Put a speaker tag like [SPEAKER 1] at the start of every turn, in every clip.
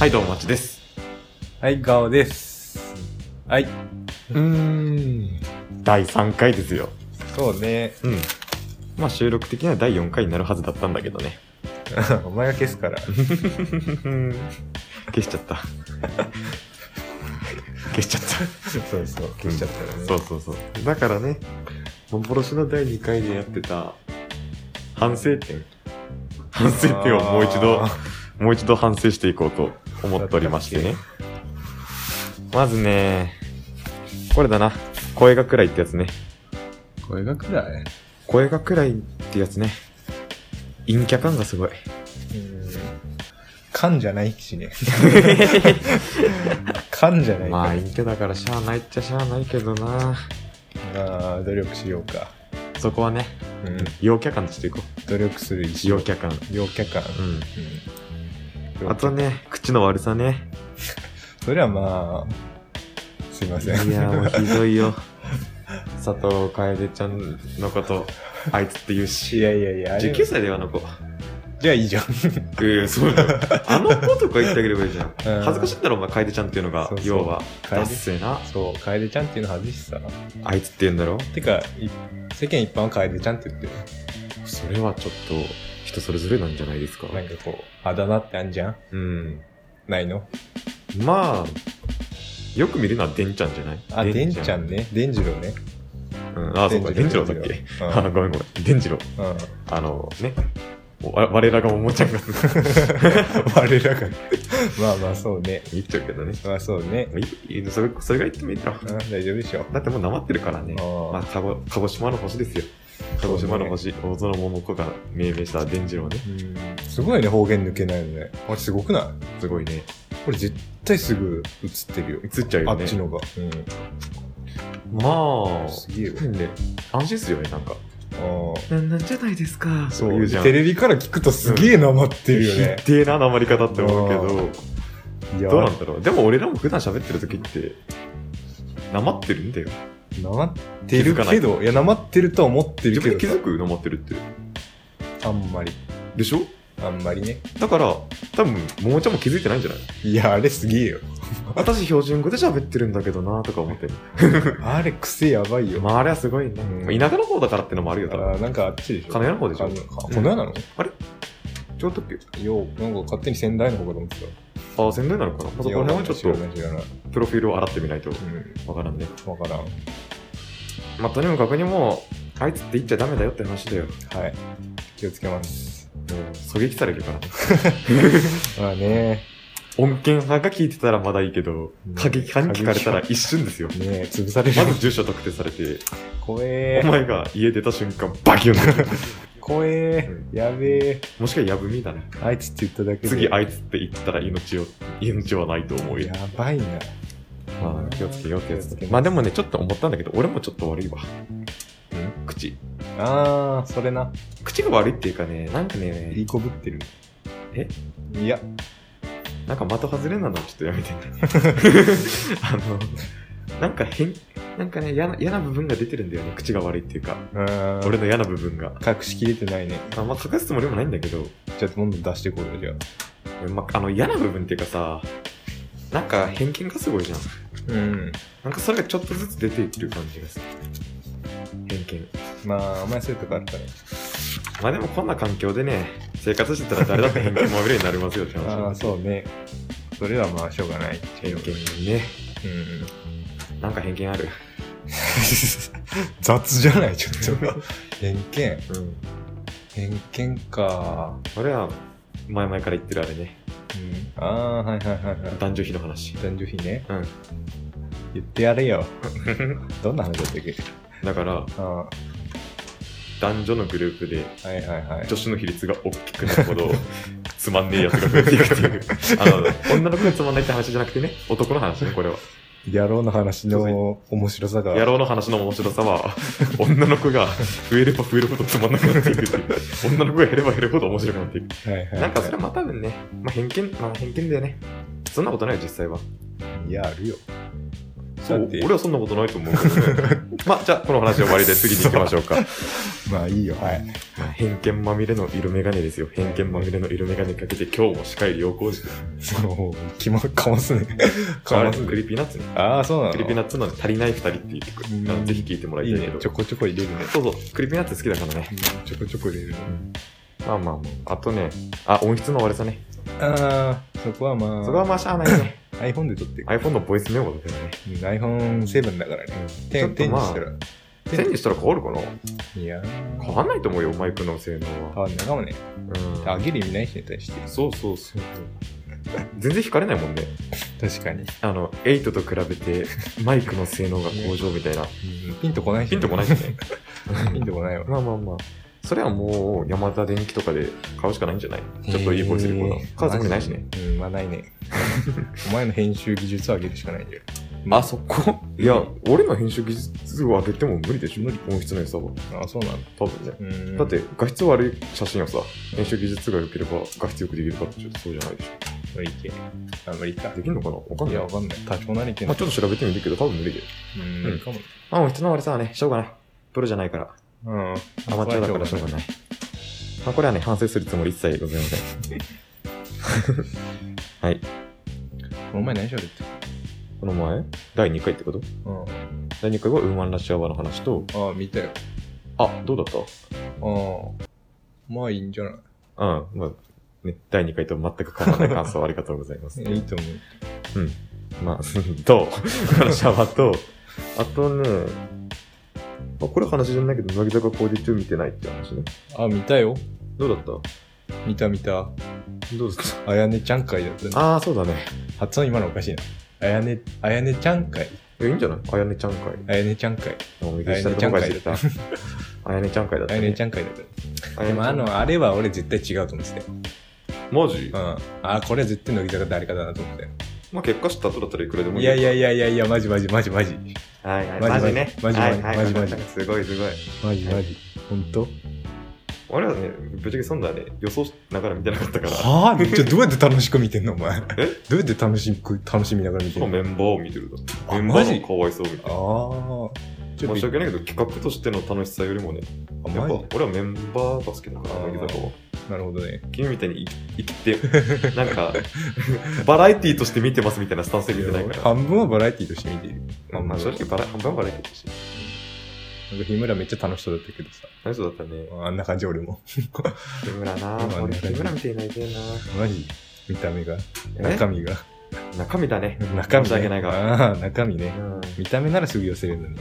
[SPEAKER 1] はい、どうも、まちです。
[SPEAKER 2] はい、ガオです。はい、
[SPEAKER 3] うーん。
[SPEAKER 1] 第3回ですよ。
[SPEAKER 2] そうね。
[SPEAKER 1] うん。まあ、収録的には第4回になるはずだったんだけどね。
[SPEAKER 2] お前が消す から。
[SPEAKER 1] 消しちゃ った。消しちゃった。
[SPEAKER 2] そうそう、消しちゃったらね。
[SPEAKER 1] そうそうそう。だからね、幻の第2回でやってた、反省点。反省点をもう一度
[SPEAKER 2] あ、
[SPEAKER 1] もう一度反省していこうと思っておりましてね。まずね、これだな。声が暗いってやつね。
[SPEAKER 2] ー。声が暗い。
[SPEAKER 1] 声が暗いってやつね。陰キャ感がすごい。
[SPEAKER 2] うん。缶じゃないし ね。缶じゃない
[SPEAKER 1] まあ
[SPEAKER 2] か
[SPEAKER 1] 陰キャだからしゃあないっちゃしゃあないけどな。
[SPEAKER 2] ら。まあ、努力しようか。
[SPEAKER 1] そこはね、
[SPEAKER 2] うん。
[SPEAKER 1] 陽キャ感としていこう。
[SPEAKER 2] 努力する意
[SPEAKER 1] 陽
[SPEAKER 2] 思。
[SPEAKER 1] キャ感。
[SPEAKER 2] 陽キャ感。
[SPEAKER 1] う。
[SPEAKER 2] うんん。
[SPEAKER 1] あとね、口の悪さね。
[SPEAKER 2] それはまあ、すいま
[SPEAKER 1] い
[SPEAKER 2] せ
[SPEAKER 1] や
[SPEAKER 2] ん。
[SPEAKER 1] ーもうひどいよ。 佐藤楓ちゃんのこと、あいつって言うし。
[SPEAKER 2] いやいやいや、あれ
[SPEAKER 1] 19歳だよ、あの子。
[SPEAKER 2] じゃあいい じゃん。
[SPEAKER 1] ええ、 そうだよ。あの子とか言ってあげればいいじゃん。
[SPEAKER 2] ん
[SPEAKER 1] 恥ずかしいんだろ、お前、楓ちゃんっていうのが
[SPEAKER 2] そう、そう
[SPEAKER 1] 要は。
[SPEAKER 2] 楓
[SPEAKER 1] ダッセーな。
[SPEAKER 2] そう、楓ちゃんっていうの外しさ。
[SPEAKER 1] あいつって言うんだろ
[SPEAKER 2] てか、い世間一般は楓ちゃんって言ってる。
[SPEAKER 1] それはちょっと、人それぞれなんじゃないですか。
[SPEAKER 2] なんかこう、あだ名ってあんじゃん
[SPEAKER 1] うん。
[SPEAKER 2] ないの
[SPEAKER 1] まあ、よく見るのはデンちゃんじゃない
[SPEAKER 2] あ、でんちゃ
[SPEAKER 1] ん。
[SPEAKER 2] んね。でんじろうね。
[SPEAKER 1] うん、あ、そうか、デンジロだっ
[SPEAKER 2] で
[SPEAKER 1] け
[SPEAKER 2] ん。じろう
[SPEAKER 1] あ、ごめんごめん。デンジロ。
[SPEAKER 2] うん。 うん。
[SPEAKER 1] あの、ね。おわ我らがおもちゃんが
[SPEAKER 2] 我らが。 まあまあそうね。
[SPEAKER 1] 言っちゃうけどね。
[SPEAKER 2] まあそうね。
[SPEAKER 1] まあいいそれそれが言ってもいいか。
[SPEAKER 2] うん、大丈夫でしょ。
[SPEAKER 1] だってもうなまってるからね
[SPEAKER 2] あ。ー
[SPEAKER 1] まあ、鹿児鹿児島の星ですよ。鹿児島の星、大園桃子が命名した伝次郎ね。
[SPEAKER 2] うん。すごいね、方言抜けないのね。あれすごくない
[SPEAKER 1] すごいね。
[SPEAKER 2] これ絶対すぐ映ってるよ。
[SPEAKER 1] 映っちゃう
[SPEAKER 2] あ
[SPEAKER 1] よね。
[SPEAKER 2] っちのが。うん。
[SPEAKER 1] まあ、
[SPEAKER 2] すげえわ
[SPEAKER 1] ごいね。安心するよね、なんか。
[SPEAKER 2] ああ。
[SPEAKER 1] なんじゃないですか。
[SPEAKER 2] そ
[SPEAKER 1] 言う
[SPEAKER 2] う。
[SPEAKER 1] じゃん。
[SPEAKER 2] テレビから聞くとすげえなまってるよね
[SPEAKER 1] ひ。でえな、なまり方って思うけど。
[SPEAKER 2] いや
[SPEAKER 1] どうなんだろうでも俺らも普段喋ってる時って、なまってるんだよ。
[SPEAKER 2] なまってる
[SPEAKER 1] 気づかな
[SPEAKER 2] け
[SPEAKER 1] い
[SPEAKER 2] ど、いや、なまってるとは思って
[SPEAKER 1] 自
[SPEAKER 2] る
[SPEAKER 1] 分で
[SPEAKER 2] け
[SPEAKER 1] 気
[SPEAKER 2] ど
[SPEAKER 1] づくなまってるって。
[SPEAKER 2] さ、あんまり、
[SPEAKER 1] でしょ
[SPEAKER 2] あんまりね。
[SPEAKER 1] だから、多分、ももちゃんも気づいてないんじゃない
[SPEAKER 2] いや、あれすげえよ。
[SPEAKER 1] 私標準語で喋ってるんだけどなとか思ってる。
[SPEAKER 2] あれ癖やばいよ。
[SPEAKER 1] まああれはすごいね。
[SPEAKER 2] うん
[SPEAKER 1] まあ田舎の方だからってのもあるよ、多分。
[SPEAKER 2] あなんかあっちでしょ
[SPEAKER 1] 金谷の方でしょ
[SPEAKER 2] 金谷か
[SPEAKER 1] うん
[SPEAKER 2] 金谷なの、
[SPEAKER 1] ちょっとっけ
[SPEAKER 2] よう、なんか勝手に仙台の方かと思ってた。
[SPEAKER 1] ああ、仙台なのかなまあそこら辺はちょっ
[SPEAKER 2] 知らない、知らない。
[SPEAKER 1] と、プロフィールを洗ってみないと
[SPEAKER 2] う
[SPEAKER 1] わからんね。
[SPEAKER 2] ん、わからん。
[SPEAKER 1] まあ、とにもかくにも、あいつって言っちゃダメだよって話だよ。
[SPEAKER 2] はい。気をつけます。
[SPEAKER 1] 狙撃されるから ね。
[SPEAKER 2] まあね、
[SPEAKER 1] 恩恵派が聞いてたらまだいいけど、過激派に聞かれたら
[SPEAKER 2] 過
[SPEAKER 1] 一瞬ですよ。
[SPEAKER 2] ね潰される。
[SPEAKER 1] まず住所特定されて、
[SPEAKER 2] 怖
[SPEAKER 1] お
[SPEAKER 2] え。
[SPEAKER 1] 前が家出た瞬間、バキュン って。
[SPEAKER 2] 怖え
[SPEAKER 1] う。
[SPEAKER 2] やべえ。
[SPEAKER 1] もしくはやぶみだね。
[SPEAKER 2] あいつって言っただけで。
[SPEAKER 1] 次、あ
[SPEAKER 2] い
[SPEAKER 1] いつって言ったら命を、命はないと思うよ
[SPEAKER 2] や。ばいな。
[SPEAKER 1] まあ、気をつけよう、気を
[SPEAKER 2] 気
[SPEAKER 1] つ
[SPEAKER 2] をつ
[SPEAKER 1] け
[SPEAKER 2] け
[SPEAKER 1] よ
[SPEAKER 2] ま
[SPEAKER 1] う。ま
[SPEAKER 2] す
[SPEAKER 1] あでもね、ちょっと思ったんだけど、俺もちょっと悪いわ。口。
[SPEAKER 2] あー、それな。
[SPEAKER 1] 口が悪いっていうかね、なんかね
[SPEAKER 2] いい、こぶってる。
[SPEAKER 1] え
[SPEAKER 2] いや、
[SPEAKER 1] なんか的外れなのちょっとや めて。あの、なんか変、なんかね、嫌な嫌な部分が出てるんだよね。口が悪いっていうか、
[SPEAKER 2] うーん。
[SPEAKER 1] 俺の嫌な部分が。
[SPEAKER 2] 隠しきれてないね。
[SPEAKER 1] あまあ、隠すつもりもないんだけど、
[SPEAKER 2] じゃあ、どんどん出していこうよ、じゃあ。
[SPEAKER 1] まあ、あの嫌な部分っていうかさなんか偏見がすごいじゃん
[SPEAKER 2] うん。
[SPEAKER 1] なんかそれがちょっとずつ出ていってる感じがする偏見
[SPEAKER 2] まあ、お前そういうとこあったね。
[SPEAKER 1] まあでもこんな環境でね生活してたら誰だって偏見まみれになりますよって話
[SPEAKER 2] ああ、そうね。それはまあ、しょうがない。
[SPEAKER 1] 偏見ね
[SPEAKER 2] うん。
[SPEAKER 1] なんか偏見ある
[SPEAKER 2] 雑じゃない、ちょっと。 偏見。
[SPEAKER 1] うん
[SPEAKER 2] 偏見か。
[SPEAKER 1] 俺は前々から言ってるあれね
[SPEAKER 2] うん。ああ、はいはいはいはい。
[SPEAKER 1] 男女比の話
[SPEAKER 2] 男女比ね。
[SPEAKER 1] うん
[SPEAKER 2] 言ってやれよ。どんな話だったっけ
[SPEAKER 1] だから
[SPEAKER 2] ああ、は
[SPEAKER 1] 男女のグループで
[SPEAKER 2] いはいはい。
[SPEAKER 1] 女子の比率が大きくなるほど つまんねえやつが増えていくっていうあの女の子がつまんないって話じゃなくてね男の話ねこれは
[SPEAKER 2] 野郎の話の面白さが。
[SPEAKER 1] 野郎の話の面白さは女の子が増えれば増えるほどつまんなくなっていくっていう女の子が減れば減るほど面白くなっていく
[SPEAKER 2] はいはいはい。
[SPEAKER 1] なんかそれはまあ多分ね、まあ、偏見まあ偏見だよねそんなことないよ実際は
[SPEAKER 2] れいや、あるよ。
[SPEAKER 1] そ
[SPEAKER 2] だ
[SPEAKER 1] う
[SPEAKER 2] って
[SPEAKER 1] 俺はそんなことないと思うけど ねまあじゃあこの話は終わりで次に行きましょうか
[SPEAKER 2] まあいいよ はい
[SPEAKER 1] まあ偏見まみれの色眼鏡ですよ偏見まみれの色眼鏡かけて今日も司会良好時
[SPEAKER 2] そう 気もかますねか
[SPEAKER 1] あれ
[SPEAKER 2] ま
[SPEAKER 1] ク
[SPEAKER 2] すね
[SPEAKER 1] リーピーナッツね
[SPEAKER 2] ああそうなの
[SPEAKER 1] クリーピーナッツの足りない2人っていう曲
[SPEAKER 2] うん
[SPEAKER 1] あのぜひ聴いてもらい
[SPEAKER 2] い
[SPEAKER 1] た
[SPEAKER 2] い
[SPEAKER 1] いけ
[SPEAKER 2] ね
[SPEAKER 1] ど
[SPEAKER 2] ちょこちょこ入れるね
[SPEAKER 1] そうそうクリーピーナッツ好きだからね
[SPEAKER 2] ちょこちょこ入れる
[SPEAKER 1] まあまあまああとねあ音質の悪さね
[SPEAKER 2] ああそこはまあ
[SPEAKER 1] そこはまあしゃあないね
[SPEAKER 2] iPhone で撮ってる
[SPEAKER 1] iPhone のボイスメモだけどね
[SPEAKER 2] うん iPhone7 だからね
[SPEAKER 1] ちょっ
[SPEAKER 2] 10
[SPEAKER 1] と
[SPEAKER 2] 10
[SPEAKER 1] ま
[SPEAKER 2] に
[SPEAKER 1] あ
[SPEAKER 2] したら
[SPEAKER 1] 1000にしたら変わるかない
[SPEAKER 2] やー
[SPEAKER 1] 変わんないと思うよマイクの性能
[SPEAKER 2] 変
[SPEAKER 1] は
[SPEAKER 2] わんないかもね
[SPEAKER 1] うん
[SPEAKER 2] あげる意味ないしね対して
[SPEAKER 1] そうそうそう全然惹かれないもんね
[SPEAKER 2] 確かに
[SPEAKER 1] あの8と比べてマイクの性能が向上みたいな
[SPEAKER 2] うんピンとこないし
[SPEAKER 1] ピンとこない
[SPEAKER 2] し
[SPEAKER 1] し ね
[SPEAKER 2] ピンとこないわ
[SPEAKER 1] まあまあまあそれはもう山田電機とかで買うしかないんじゃない ちょっといいボイスレコーダ
[SPEAKER 2] へ
[SPEAKER 1] ー数もないしね
[SPEAKER 2] うんまあな いねお前の編集技術を上げるしかないんだよ
[SPEAKER 1] あそこいや俺の編集技術を上げても無理でしょ音質の良さは
[SPEAKER 2] あそうなんだ
[SPEAKER 1] 多分ね
[SPEAKER 2] うん
[SPEAKER 1] だって画質悪い写真をさ編集技術が良ければ画質よくできるかってちょっとそうじゃないでしょ
[SPEAKER 2] 無理系あ無理か
[SPEAKER 1] できるのかなわかんな
[SPEAKER 2] い
[SPEAKER 1] い
[SPEAKER 2] やわかんない多少なりけん
[SPEAKER 1] まあ、ちょっと調べてみるけど多分無理で
[SPEAKER 2] うん無理かも
[SPEAKER 1] まあ、人の悪さはね、しょうがない。プロじゃないから、
[SPEAKER 2] うん
[SPEAKER 1] アマチュアだからしょうがない。まあ、これはね、反省するつもり一切ございません。はい。
[SPEAKER 2] この前何しゃべった
[SPEAKER 1] この前、第2回ってこと
[SPEAKER 2] うん
[SPEAKER 1] 第2回はウーマンラッシュアワーの話と、
[SPEAKER 2] ああ見たよ
[SPEAKER 1] あ、どうだっ
[SPEAKER 2] ああまあいいんじゃない
[SPEAKER 1] たうん、まあ、ね、第2回と全く変わらない感想ありがとうご ざいます。
[SPEAKER 2] いいと思
[SPEAKER 1] まあ、と、ウーマン
[SPEAKER 2] う
[SPEAKER 1] ラッシュアワーと、あとね、あ、これ話じゃないけど、乃木坂工事中見てないって話ね。
[SPEAKER 2] あ見たよ
[SPEAKER 1] どうだった
[SPEAKER 2] 見た見た
[SPEAKER 1] どうだった
[SPEAKER 2] あやねちゃん会だったね
[SPEAKER 1] ああ、そうだね。
[SPEAKER 2] 発音今のおかしいなあやねあやねちゃん会
[SPEAKER 1] えいいんじゃないあやねちゃん会。
[SPEAKER 2] あやねちゃん会
[SPEAKER 1] お見せしたとこが知った。あやねちゃん会だっ
[SPEAKER 2] あ
[SPEAKER 1] た、
[SPEAKER 2] やね
[SPEAKER 1] ね。
[SPEAKER 2] ちゃん会だった
[SPEAKER 1] あやね
[SPEAKER 2] で
[SPEAKER 1] ち
[SPEAKER 2] も
[SPEAKER 1] ゃ
[SPEAKER 2] あ
[SPEAKER 1] ん
[SPEAKER 2] のあれは俺絶対違うと思ってたよ
[SPEAKER 1] マジ
[SPEAKER 2] うんああこれは絶対乃木坂誰かだなと思ってたよ
[SPEAKER 1] まあ結果知った後だったらいくらでも
[SPEAKER 2] いやいやい
[SPEAKER 1] や。
[SPEAKER 2] やいやいやマジマジマジマジ
[SPEAKER 1] はいはい、マ
[SPEAKER 2] マジ
[SPEAKER 1] ジね。
[SPEAKER 2] マジ
[SPEAKER 1] はいはい
[SPEAKER 2] マジマジ
[SPEAKER 1] はいすごいすごい。
[SPEAKER 2] マジマジ本当
[SPEAKER 1] 俺らね、ぶっちゃけそんなね、予想しながら見てなかったから、
[SPEAKER 2] はあじゃあどうやって楽しく見てんのお前ど
[SPEAKER 1] え
[SPEAKER 2] うやって楽しく楽しみながら見て
[SPEAKER 1] その
[SPEAKER 2] んの
[SPEAKER 1] メンバーを見てると。
[SPEAKER 2] あ
[SPEAKER 1] メンバ
[SPEAKER 2] マジ
[SPEAKER 1] ーがかわいそうみたいな。
[SPEAKER 2] ああちょっ
[SPEAKER 1] 申し
[SPEAKER 2] と
[SPEAKER 1] 訳ないけど、企画としての楽しさよりもね、
[SPEAKER 2] あ
[SPEAKER 1] やっ
[SPEAKER 2] マ
[SPEAKER 1] ぱ
[SPEAKER 2] ジ
[SPEAKER 1] 俺はメンバーが好きだから、
[SPEAKER 2] あー
[SPEAKER 1] 乃木坂は。
[SPEAKER 2] なるほどね
[SPEAKER 1] 君みたいに生き生きて、なんか、 バラエティーとして見てますみたいなスタンスで見てないから。
[SPEAKER 2] 半分はバラエティとして見ている
[SPEAKER 1] まあまあ正直バラ、半分はバラエティーとして。
[SPEAKER 2] なんか日村めっちゃ楽しそうだったけどさ
[SPEAKER 1] 何そうだったね。
[SPEAKER 2] あんな感じ俺も
[SPEAKER 1] 木村な
[SPEAKER 2] 今ね
[SPEAKER 1] 俺木村見ていないでな
[SPEAKER 2] マジ見た目が
[SPEAKER 1] え
[SPEAKER 2] 中身が
[SPEAKER 1] 中身だね
[SPEAKER 2] 中身
[SPEAKER 1] 申し訳ないが
[SPEAKER 2] がああ中身ね
[SPEAKER 1] うん
[SPEAKER 2] 見た目ならすぐ寄せるのにね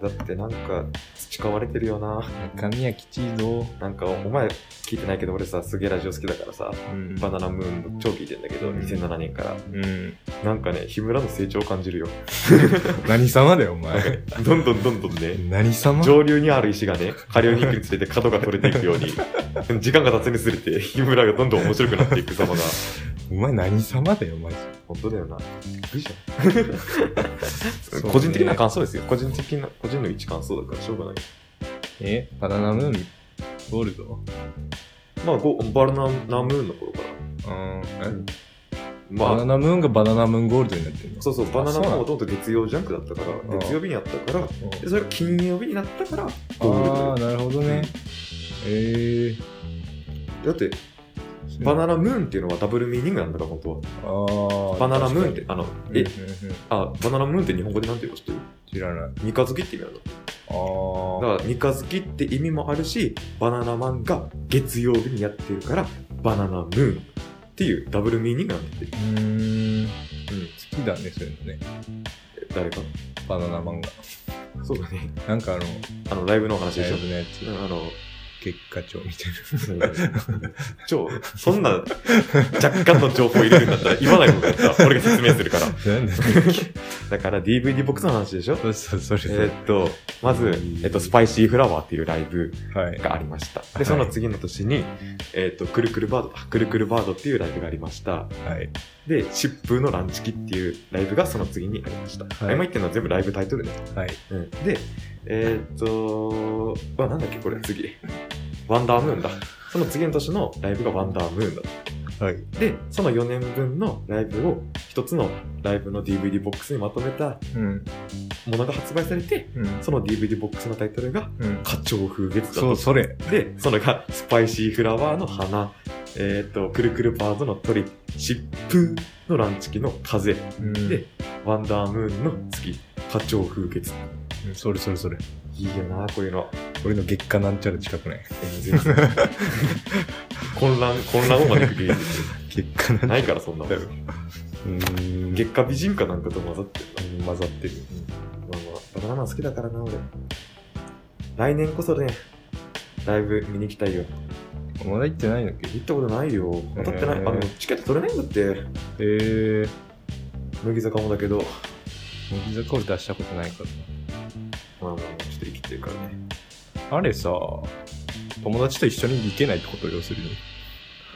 [SPEAKER 1] だってなんか培われてるよな
[SPEAKER 2] 中身はきちいぞ
[SPEAKER 1] なんかお前聞いてないけど俺さすげえラジオ好きだからさ
[SPEAKER 2] うん
[SPEAKER 1] バナナムーン超聞いてんだけど
[SPEAKER 2] うん
[SPEAKER 1] 2007年から
[SPEAKER 2] うん
[SPEAKER 1] なんかね日村の成長を感じるよ
[SPEAKER 2] 何様だよ お前
[SPEAKER 1] どんどんどんどんね
[SPEAKER 2] 何様
[SPEAKER 1] 上流にある石がね下流に行くにつれて角が取れていくように 時間が経つにつれて日村がどんどん面白くなっていく様が
[SPEAKER 2] お前何様だよマジ
[SPEAKER 1] 本当だよな。いいじゃ。
[SPEAKER 2] うんね
[SPEAKER 1] 個人的な感想ですよ。個人的な、個人の一感想だからしょうがない。
[SPEAKER 2] えバナナムーンゴールド
[SPEAKER 1] まあ、ごバナナムーンの頃から。
[SPEAKER 2] うん
[SPEAKER 1] ん
[SPEAKER 2] バナ
[SPEAKER 1] まあ、
[SPEAKER 2] ナムーンがバナナムーンゴールドになってるの
[SPEAKER 1] そうそう、バナナムーンはもともと月曜ジャンクだったか
[SPEAKER 2] うな
[SPEAKER 1] ら、
[SPEAKER 2] の
[SPEAKER 1] 月曜日にあったから、
[SPEAKER 2] うん
[SPEAKER 1] でそれが金曜日になったから、
[SPEAKER 2] あ
[SPEAKER 1] ゴー
[SPEAKER 2] あ
[SPEAKER 1] ル
[SPEAKER 2] なるほどねえー
[SPEAKER 1] ドで。だって、バナナムーンっていうのはダブルミーニングなんだから、本当は。
[SPEAKER 2] あー
[SPEAKER 1] バナナムーンって、
[SPEAKER 2] 確か
[SPEAKER 1] あの、
[SPEAKER 2] に
[SPEAKER 1] え、
[SPEAKER 2] うんうんうん
[SPEAKER 1] あ、バナナムーンって日本語でなんて言うか知ってる
[SPEAKER 2] 知らない
[SPEAKER 1] 三日月って意味なんだ。
[SPEAKER 2] あー
[SPEAKER 1] だから、三日月って意味もあるし、バナナマンが月曜日にやってるから、バナナムーンっていうダブルミーニングなんだって。
[SPEAKER 2] うーん好
[SPEAKER 1] うん、
[SPEAKER 2] きだねそういうのね
[SPEAKER 1] 誰か。
[SPEAKER 2] バナナマンが
[SPEAKER 1] そうだね。
[SPEAKER 2] なんかあの
[SPEAKER 1] あの、ライブのお話で
[SPEAKER 2] ラ
[SPEAKER 1] し
[SPEAKER 2] イ
[SPEAKER 1] ょ。
[SPEAKER 2] ブのやつ
[SPEAKER 1] うんあの、
[SPEAKER 2] 結果帳みたいな
[SPEAKER 1] 超、そんな、若干の情報入れるんだったら言わない方がよかった。俺が説明するから。
[SPEAKER 2] なんだっ
[SPEAKER 1] だから DVD ボックスの話でしょ。
[SPEAKER 2] けそうそう、それそ
[SPEAKER 1] え
[SPEAKER 2] れ
[SPEAKER 1] ーっと、まず、えっと、スパイシーフラワーっていうライブ
[SPEAKER 2] はい。
[SPEAKER 1] がありました。で、その次の年に、えーっと、くるくるバード、あくるくるバードっていうライブがありました。
[SPEAKER 2] はい。
[SPEAKER 1] で、疾風のランチキっていうライブがその次にありました。
[SPEAKER 2] い
[SPEAKER 1] 今言ってるのは全部ライブタイトルね。
[SPEAKER 2] はい。
[SPEAKER 1] うん、で、えーっと、 あ、なんだっけ、これ、次。ワンダームーンだ。その次の年のライブがワンダームーンだ。
[SPEAKER 2] はい。
[SPEAKER 1] で、その4年分のライブを一つのライブの DVD ボックスにまとめた
[SPEAKER 2] うん。
[SPEAKER 1] ものが発売されて、
[SPEAKER 2] うん。
[SPEAKER 1] その DVD ボックスのタイトルが、
[SPEAKER 2] うん。
[SPEAKER 1] 花鳥風月だ
[SPEAKER 2] そう、それ。
[SPEAKER 1] で、そのが、スパイシーフラワーの花、えっ、と、くるくるバードの鳥、疾風のランチキの風、
[SPEAKER 2] うん
[SPEAKER 1] で、ワンダームーンの月、花鳥風月。
[SPEAKER 2] うんそれそれそれ。
[SPEAKER 1] いいよな、こういうの。
[SPEAKER 2] 俺の月間なんちゃら近くない。
[SPEAKER 1] えー 全然混乱、混乱を招く芸術。
[SPEAKER 2] 月間なんちゃら
[SPEAKER 1] ないから、そんなもん。
[SPEAKER 2] うーん。
[SPEAKER 1] 月下美人かなんかと混ざってるな。
[SPEAKER 2] 間混ざってる。
[SPEAKER 1] まあまあ、バナナマン好きだからな、俺。来年こそね、ライブ見に行きたいよ。
[SPEAKER 2] まだ行ってないのっけ
[SPEAKER 1] 行ったことないよ。当たってない。
[SPEAKER 2] へ
[SPEAKER 1] あ
[SPEAKER 2] ー
[SPEAKER 1] の、チケット取れないんだって。
[SPEAKER 2] えー。
[SPEAKER 1] 乃木坂もだけど。
[SPEAKER 2] 乃木坂俺出したことないから
[SPEAKER 1] まあまあまあ、ちょっと生きてるからね。
[SPEAKER 2] な。あれさ、友達と一緒に行けないってこと要するに。
[SPEAKER 1] い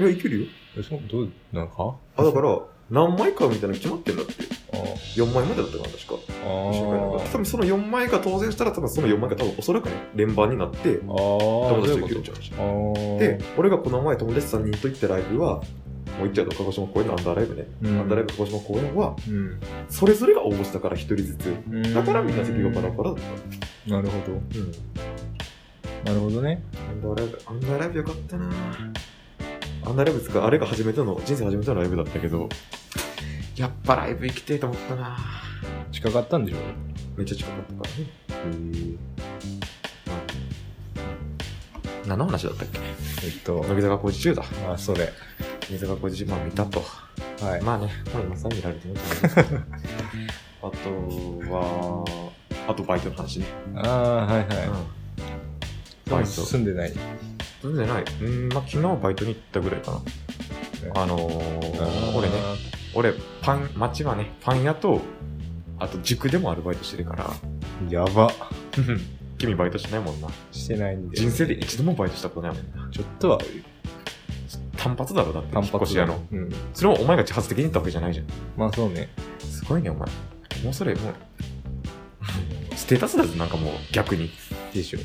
[SPEAKER 1] や、いけるよ。
[SPEAKER 2] えそうどう、なんか
[SPEAKER 1] あ、だから、何枚かみたいなの決まってんだって。
[SPEAKER 2] あー
[SPEAKER 1] 4枚までだったかな、確か。
[SPEAKER 2] あ
[SPEAKER 1] 一緒に買えなかった多
[SPEAKER 2] ー。
[SPEAKER 1] 分その4枚が当選したら、多分その4枚が多分おそらくね、連番になって、
[SPEAKER 2] あー
[SPEAKER 1] 友
[SPEAKER 2] そ
[SPEAKER 1] 達
[SPEAKER 2] うい
[SPEAKER 1] と行ける
[SPEAKER 2] うんこ
[SPEAKER 1] ちゃうし
[SPEAKER 2] と。あー。
[SPEAKER 1] で、俺がこの前友達3人と行ったライブは、もう行っちゃうと鹿児島公演のアンダーライブね。
[SPEAKER 2] うん
[SPEAKER 1] アンダーライブ鹿児島公演は、
[SPEAKER 2] うん、
[SPEAKER 1] それぞれが応募したから1人ずつ。だからみんな席がバラバ
[SPEAKER 2] ラ。
[SPEAKER 1] ラだった。
[SPEAKER 2] なるほど。
[SPEAKER 1] うん。
[SPEAKER 2] なるほどね。
[SPEAKER 1] アンダーライブ、アンダーライブよかったなアンダーライブつか、あれが初めての、人生初めてのライブだったけど、やっぱライブ行きてえと思ったな
[SPEAKER 2] 近かったんでしょ
[SPEAKER 1] めっちゃ近かったからね。何の話だったっけ
[SPEAKER 2] えっと、
[SPEAKER 1] 乃木坂工事中だ。
[SPEAKER 2] あ、それ。
[SPEAKER 1] 乃木坂工事中、まあ見たと。
[SPEAKER 2] はい。
[SPEAKER 1] まあね、まあ今さら見られてもいいと思うんですけど あとは、あとバイトの話ね。
[SPEAKER 2] ああー、はいはい。
[SPEAKER 1] うん
[SPEAKER 2] で
[SPEAKER 1] バイ
[SPEAKER 2] も
[SPEAKER 1] ト。
[SPEAKER 2] 住んでない。
[SPEAKER 1] 全然ない。うん、まあ昨日バイトに行ったぐらいかな。あのー、俺ね、俺、パン、町はね、パン屋と、あと塾でもアルバイトしてるから、
[SPEAKER 2] ね。やば。
[SPEAKER 1] 君バイトしないもんな。
[SPEAKER 2] してないんで。
[SPEAKER 1] 人生で一度もバイトしたことないもんな。
[SPEAKER 2] ちょっとは
[SPEAKER 1] 単発だろ、だって。
[SPEAKER 2] 単
[SPEAKER 1] 引っ越
[SPEAKER 2] 発
[SPEAKER 1] し屋の。
[SPEAKER 2] うん。
[SPEAKER 1] それもお前が自発的に行ったわけじゃないじゃん。
[SPEAKER 2] まあそうね。
[SPEAKER 1] すごいね、お前。もうそれ、もう、ステータスだぜ、なんかもう、逆に。
[SPEAKER 2] でしょ。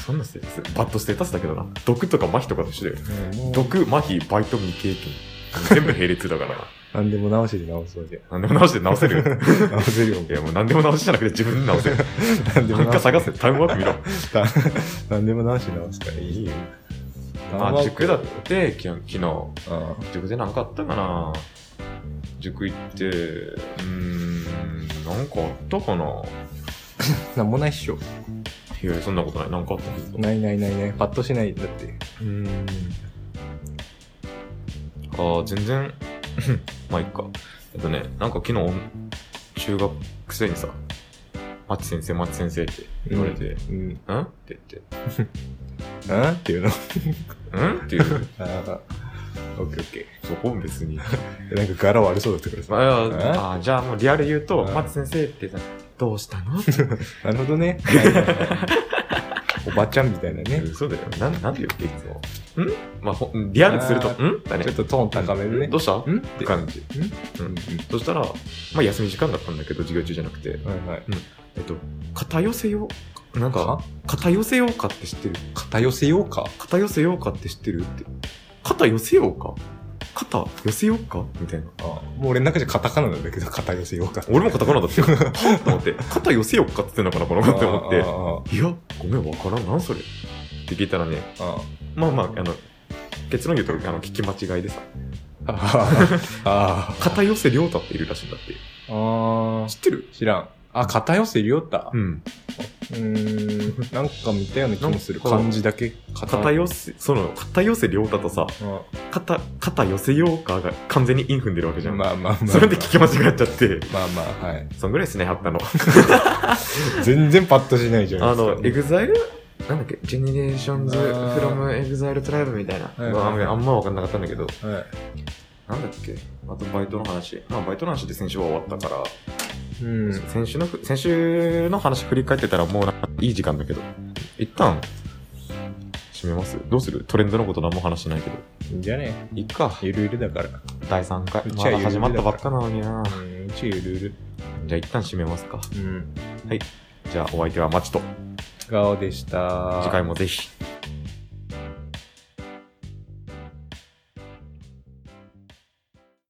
[SPEAKER 1] そんなステータスバッドステータスだけどな。毒とか麻痺とかと一緒だよ。
[SPEAKER 2] うんもう
[SPEAKER 1] 毒、麻痺、バイト未経験。全部並列だからな。
[SPEAKER 2] 何でも直せで直そうじゃ。
[SPEAKER 1] 何でも直して直せ るよ。
[SPEAKER 2] 直せるよ。
[SPEAKER 1] いや、もう何でも直しじゃなくて自分で直せる。
[SPEAKER 2] 何でも
[SPEAKER 1] なんか
[SPEAKER 2] 直せ。
[SPEAKER 1] 探せ、タイムワー ク見ろ。
[SPEAKER 2] 何でも直して直すからいい。
[SPEAKER 1] いいよ。
[SPEAKER 2] あ
[SPEAKER 1] まあ、塾だって、き昨日。
[SPEAKER 2] あ
[SPEAKER 1] 塾でなんかあったかな塾行って、うーん、なんかあったかな
[SPEAKER 2] あ。なんもないっしょ。
[SPEAKER 1] いや、そんなことない。なんかあったんですか
[SPEAKER 2] ないないないない。パッとしない。だって。
[SPEAKER 1] うーん。ああ、全然、 まあ、いっか。えっとね、なんか昨日、中学生にさ、マッチ先生、マッチ先生って言われて、
[SPEAKER 2] うん。ん
[SPEAKER 1] うんって言って、
[SPEAKER 2] っていうの。
[SPEAKER 1] うんって いう、
[SPEAKER 2] ああ。オッケーオッケ
[SPEAKER 1] そこ別 に。
[SPEAKER 2] ー。なんか柄悪そうだったからさ。
[SPEAKER 1] まあいや、あーじゃあもうリアル言うと、
[SPEAKER 2] うん
[SPEAKER 1] マッチ先生ってさ、どうしたの
[SPEAKER 2] なるほどね。はいはいはいおばちゃんみたいなね。
[SPEAKER 1] そうだよ。なん、なんで言っていつも。んまあ、ほんリアルにすると、
[SPEAKER 2] あ
[SPEAKER 1] んだね
[SPEAKER 2] ちょ。っとトーン高めるね
[SPEAKER 1] んど。うしたっ
[SPEAKER 2] んってて感
[SPEAKER 1] 感じ。
[SPEAKER 2] じ。うん
[SPEAKER 1] そしたら、まあ、休み時間だったんだけど、授業中じゃなくて、
[SPEAKER 2] はいはい。
[SPEAKER 1] えっと、片寄せよう。なんか
[SPEAKER 2] か、
[SPEAKER 1] 片寄せようかって知ってる
[SPEAKER 2] 片寄せようか。
[SPEAKER 1] 片寄せようかって知ってるって。肩寄せようか肩寄せようかみたいな。
[SPEAKER 2] あもう俺の中じゃカタカナなんだけど、片寄せようか。
[SPEAKER 1] 俺もカタカナだ ったよ。はっと思って、肩寄せようかって言ってんのかな、この子って思 って。
[SPEAKER 2] っ
[SPEAKER 1] いや、ごめん、わからん。なんそれって聞いたらね、
[SPEAKER 2] て。あ
[SPEAKER 1] まあまあ、あの、結論言うと、あの、聞き間違いでさ、
[SPEAKER 2] あ。ああ。あ
[SPEAKER 1] 片寄せ良太っているらしいんだって。
[SPEAKER 2] あ。ああ
[SPEAKER 1] 知ってる
[SPEAKER 2] 知らん。あ、片寄せりょうた。
[SPEAKER 1] うん。
[SPEAKER 2] うーん。なんか似たような気もする。
[SPEAKER 1] なんか
[SPEAKER 2] 漢字だけ。
[SPEAKER 1] 片寄せ、その、片寄せ良太とさ、
[SPEAKER 2] あ
[SPEAKER 1] 片、片寄せようかが完全にイン踏んでるわけじゃん。
[SPEAKER 2] まあまあまあ。
[SPEAKER 1] それで聞き間違っちゃって、
[SPEAKER 2] まあまあ、はい。
[SPEAKER 1] そんぐらいですね、あったの。
[SPEAKER 2] 全然パッとしないじゃん。
[SPEAKER 1] あの、エグザイルなんだっけジェネレーションズ・
[SPEAKER 2] あ
[SPEAKER 1] フ
[SPEAKER 2] ー
[SPEAKER 1] ロム・エグザイル・トライブみたいな。
[SPEAKER 2] はいはいはい
[SPEAKER 1] あんま分かんなかったんだけど、
[SPEAKER 2] は
[SPEAKER 1] なんだっけあとバイトの話。まあ、バイトの話で先週は終わったから、
[SPEAKER 2] い。うん。
[SPEAKER 1] 先週のふ、先週の話振り返ってたらもうないい時間だけど。一旦、締めますどうするトレンドのこと何も話してないけど。
[SPEAKER 2] いいんじゃね
[SPEAKER 1] いっか。
[SPEAKER 2] ゆるゆるだから。
[SPEAKER 1] 第3回。
[SPEAKER 2] うち
[SPEAKER 1] ま
[SPEAKER 2] は
[SPEAKER 1] だ始まったばっかなのにな。
[SPEAKER 2] うん、うちゆるゆる。
[SPEAKER 1] じゃあ一旦締めますか。
[SPEAKER 2] うん。
[SPEAKER 1] じゃあお相手はマチと。
[SPEAKER 2] ガオでした。
[SPEAKER 1] 次回もぜひ。